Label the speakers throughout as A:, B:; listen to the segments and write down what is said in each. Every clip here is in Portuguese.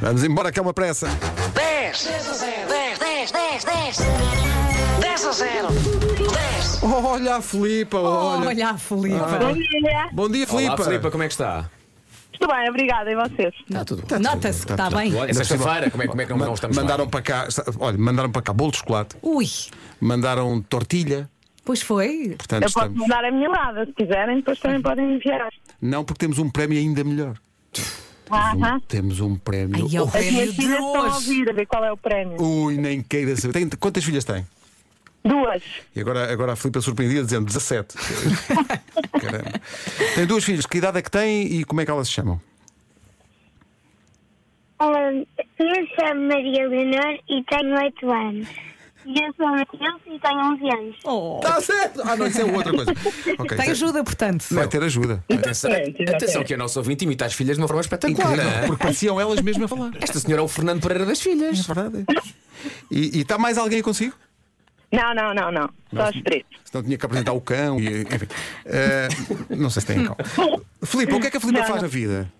A: Vamos embora, que é uma pressa.
B: 10, 10, 10, 10, 10, 10 a 0, 10,
A: Olha a Filipa, olha.
C: Olha a Filipa.
D: Bom dia.
A: Bom dia,
E: Oh, Olá,
A: Filipa.
E: Filipa, como é que está?
D: Tudo bem, obrigada. E vocês?
E: Está tudo bom.
C: Nota-se que está bem.
E: Olha, é sexta-feira, como é, como é que não,
A: Ma-
E: não estamos
A: mandaram
E: bem?
A: para cá, olha, mandaram para cá bolo de chocolate,
C: Ui,
A: mandaram tortilha,
C: pois foi.
A: portanto
D: Eu posso
A: estamos.
D: mandar a minha lada, se quiserem, depois também podem enviar.
A: Não, porque temos um prémio ainda melhor.
D: Aham.
A: Temos um prémio.
C: Ai, é o
A: Oh,
D: ah. As
C: prémio
D: minhas
C: de
D: filhas estão a
C: hoje.
D: ouvir a ver qual é o prémio.
A: Ui, nem queira saber. Tem- quantas filhas tem?
D: Duas.
A: E agora, agora a Filipa surpreendida dizendo 17. Caramba. Tem duas filhas, que idade é que têm e como é que elas se chamam?
F: Olá, me chamo Maria Leonor e tenho 8 anos. E eu sou Matheus e tenho 11 anos.
C: Oh.
A: Está certo! Ah, não, isso é outra coisa. Ok,
C: Tem
A: isso é-
C: ajuda, portanto.
A: Vai ter ajuda.
E: Atenção, atenção que a nossa ouvinte imita as filhas de uma forma espetacular.
A: Incrível,
E: hein?
A: porque pareciam elas mesmas a falar.
E: Esta senhora é o Fernando Pereira das Filhas.
A: verdade. E e está mais alguém consigo?
D: Não, não, não, não. Só as três.
A: Senão tinha que apresentar o cão e. Enfim. Eh, não sei se tem cão. Filipe, o que é que a Filipe
D: Não,
A: faz
D: não.
A: na vida?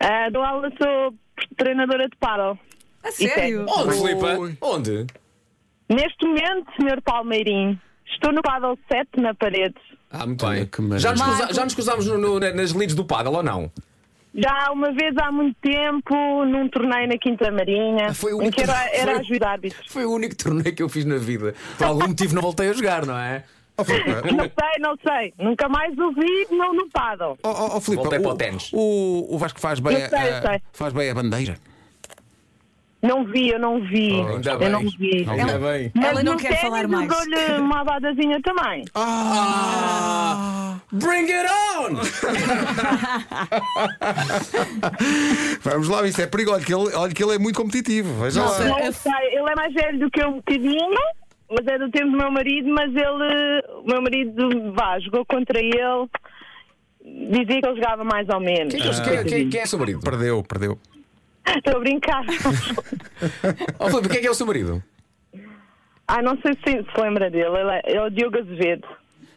D: Ah, dou aula, sou treinadora de paddle.
C: A sério?
D: Isso
E: Onde,
A: Oi.
E: Filipa? Onde?
D: Neste momento, Sr. Palmeirim, estou no paddle 7 na parede.
E: Ah, muito
A: Olha
E: bem.
A: que maravilha.
E: Já nos, cruza- já nos cruzámos no- no- nas leads do Paddle ou não?
D: Já uma vez há muito tempo, num torneio na Quinta Marinha,
E: Ah, Foi o
D: em que
E: único-
D: era, era
E: foi o-
D: ajuda árbitros.
E: Foi o único torneio que eu fiz na vida. Por algum motivo não voltei a jogar, não é?
A: Ó Filipe,
D: Não sei, não sei. Nunca mais ouvi, não no paddle.
A: ó, ó, ó, Filipe,
E: Voltei para o
A: o,
E: ténis.
A: o, o Vasco faz bem,
D: Eu sei,
A: a-
D: eu sei.
A: faz bem a bandeira.
D: Não vi, eu não vi.
E: ainda
D: eu
E: bem.
D: não vi.
E: Ainda é bem.
C: Ela
D: Mas
C: não
D: no
C: quer falar
D: ténis
C: mais. Ah,
D: eu dou-lhe uma abadazinha também.
E: Bring it on!
A: Vamos lá, isso é perigo. Olha que ele, olha que ele é muito competitivo. Veja
C: Nossa.
A: lá.
D: Não
C: eu-
D: sei, ele é mais velho do que eu um bocadinho, mas é do tempo do meu marido, mas ele, o meu marido, vá, jogou contra ele, dizia que ele jogava mais ou menos.
E: Quem é que é? eles- quem- Quem quem é o seu marido?
A: Perdeu, perdeu.
D: Estou a brincar.
E: Ó, Filipe, quem é que é o seu marido?
D: Ai, Ah, não sei se se lembra dele, ele é, é o Diogo Azevedo.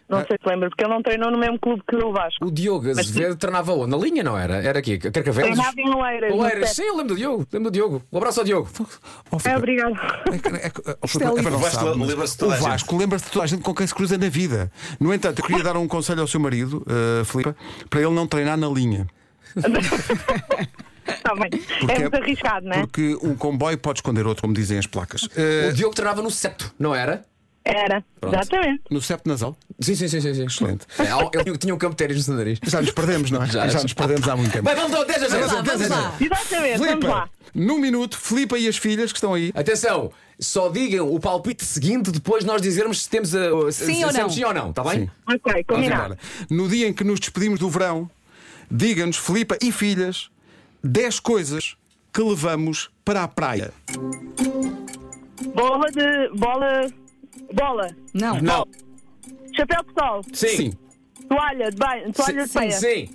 D: Não sei se lembra, porque ele não treinou no mesmo clube que o Vasco.
E: Ah. O Diogo Azevedo treinava onde? Na linha, não era? Era aqui, Carcavelos?
D: Treinava em Oeiras. no
E: Oeiras,
D: Sete.
E: sim, eu lembro do Diogo. Lembro do Diogo. Um abraço ao Diogo.
A: Então, Ó,
D: É,
A: Filipe,
D: obrigado.
A: é que- é que- ó,
C: é
A: Filipe, é para não
G: O Vasco
A: saber, mas
G: lembra-se de toda
A: o
G: a gente.
A: Vasco lembra-se de toda a gente com quem se cruza na vida. No entanto, eu queria dar um conselho ao seu marido, eh, Filipe, para ele não treinar na linha.
D: Está bem. é muito arriscado, não é?
A: Porque um comboio pode esconder outro, como dizem as placas. Eh,
E: O Diogo treinava no septo, não era?
D: Era, exatamente.
A: no septo nasal.
E: Sim, sim, sim, sim. sim.
A: Excelente.
E: É, ao- ele tinha um campo de ténis no seu nariz.
A: Já nos perdemos, não é? Já, nos perdemos há muito tempo.
E: Bem, vamos ao 10 a 0.
C: Vamos lá, vamos lá.
D: Exatamente, vamos lá.
A: Filipa, num minuto, Filipa e as filhas que estão aí.
E: Atenção, só digam o palpite seguinte depois nós dizermos se temos a, se,
C: Sim
E: se
C: ou
E: dissemos
C: não.
E: sim ou não, está bem?
A: Sim.
D: Ok,
A: Vamos
D: combinado.
A: embora. No dia em que nos despedimos do verão, diga-nos, Filipa e filhas, 10 coisas que levamos para a praia.
D: Bola de. bola. bola.
C: Não.
E: Não.
D: Chapéu de sol.
E: Sim. Sim.
D: Toalha de banho. Toalha de
E: Sim.
D: banho.
E: sim.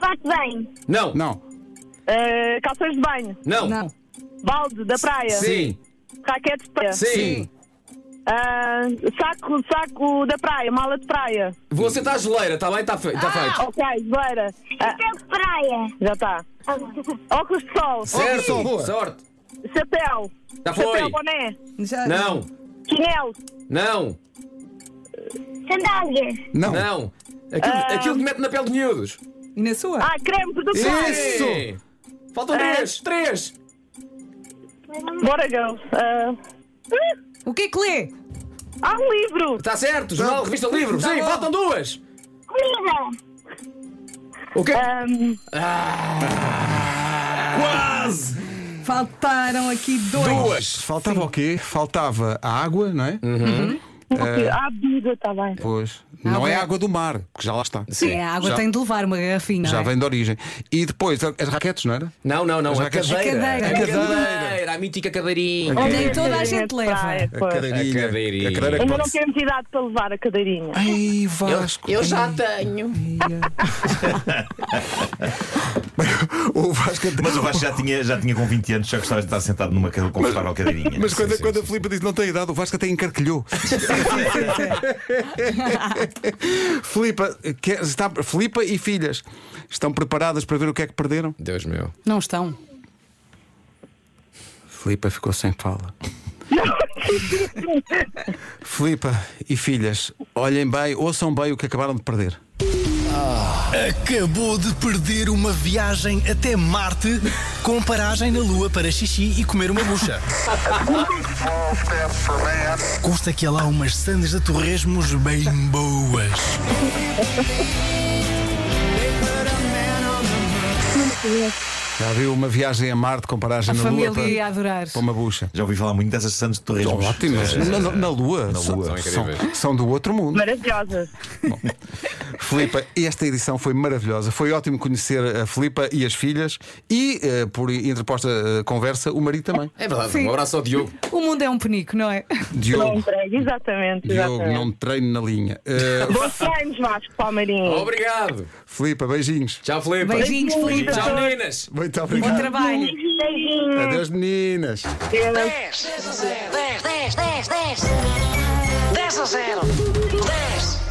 F: Faz bem.
E: Não.
A: Não.
D: Eh, calções de banho.
E: Não.
C: Não.
D: Balde da praia.
E: Sim.
D: Raquete de praia.
E: Sim.
D: Ah, saco, saco da praia. Mala de praia.
E: Vou aceitar a geleira, está bem? Está feito. Tá feito.
D: Ok, beira. Ah,
F: Campo praia.
D: já está. Óculos de sol.
E: Certo.
A: Boa, boa.
E: Sorte.
D: Chapéu.
E: Já
D: Chapéu,
E: foi.
D: boné.
C: Já-
E: Não.
D: Chinelo.
E: Não.
F: Sandálias.
A: Não.
E: Não. Aquilo, aquilo que mete na pele de miúdos.
C: E na sua?
D: Ah, creme do
A: Isso.
E: Sim. Faltam três. Três.
D: Bora, girl. Ah,
C: O que é que lê?
D: há um livro.
E: Está Tá certo. Jornal, revista, livro.
C: Tá
E: sim,
C: bom.
E: faltam duas.
F: Comida.
E: O quê?
D: Ah,
C: Faltaram aqui dois.
E: Duas.
A: Faltava o quê? Faltava a água, não é?
D: há bebida, está tá bem.
A: Pois. Não é a água do mar, porque já lá está.
C: Sim, a água
A: Já-
C: tem de levar uma garrafinha.
A: Já
C: não é?
A: vem de origem. E depois, as raquetes, não era?
E: Não, não, não.
A: As
E: A
A: raquetes-
E: cadeira.
C: A
E: A
C: é cadeira.
E: cadeira. cadeira, a mítica cadeirinha.
A: Ok.
C: Nem toda a
D: Cadeirinha
C: gente
D: de
C: leva.
D: praia,
A: A
D: pois.
A: cadeirinha.
E: A
A: A
E: cadeirinha.
A: cadeira que
D: Ainda
A: pode
D: não temos idade para levar a cadeirinha.
A: Ai, Vasco.
E: tenho.
A: O Vasco até-
G: Mas o Vasco já tinha, já tinha com 20 anos, já gostava de estar sentado numa ca- confortável cadeirinha.
A: Mas
G: Sim,
A: quando, é
G: sim,
A: quando a
G: sim.
A: Filipa disse não tem idade, o Vasco até encarquilhou. Filipa, quer- está, Filipa e filhas estão preparadas para ver o que é que perderam?
E: Deus meu.
C: Não estão.
A: Filipa ficou sem fala. Filipa e filhas, olhem bem, ouçam bem o que acabaram de perder.
H: Acabou de perder uma viagem até Marte com paragem na Lua para xixi e comer uma bucha. Consta que há lá umas sandes de torresmos bem boas.
A: Já viu uma viagem a Marte com paragem
C: A
A: na
C: família
A: Lua tá. para,
C: ia adorar.
A: para uma bucha?
G: Já ouvi falar muito dessas Santos de Torres. É.
A: São ótimas. Na, na- na Lua. São-
E: São incríveis.
A: são- são do outro mundo.
D: Maravilhosas.
A: Filipa, esta edição foi maravilhosa. Foi ótimo conhecer a Filipa e as filhas e, eh, por interposta eh, conversa, o marido também.
E: É verdade.
C: Sim.
E: Um abraço ao Diogo.
C: O mundo é um penico, não é?
D: Não
A: Diogo,
D: entregue, exatamente.
A: Diogo
D: exatamente.
A: não treino na linha. Eh,
D: Bons treinos, Vasco Palmarinho.
E: Obrigado.
A: Filipa, beijinhos.
E: Tchau, Felipe.
C: Beijinhos, Felipe.
E: Tchau, meninas.
A: Muito
C: Bom
A: obrigado.
C: trabalho.
F: Beijinhos.
A: Adeus, meninas.
B: 10, 10 a 0. 10, 10, 10, 10. 10 a 0. 10.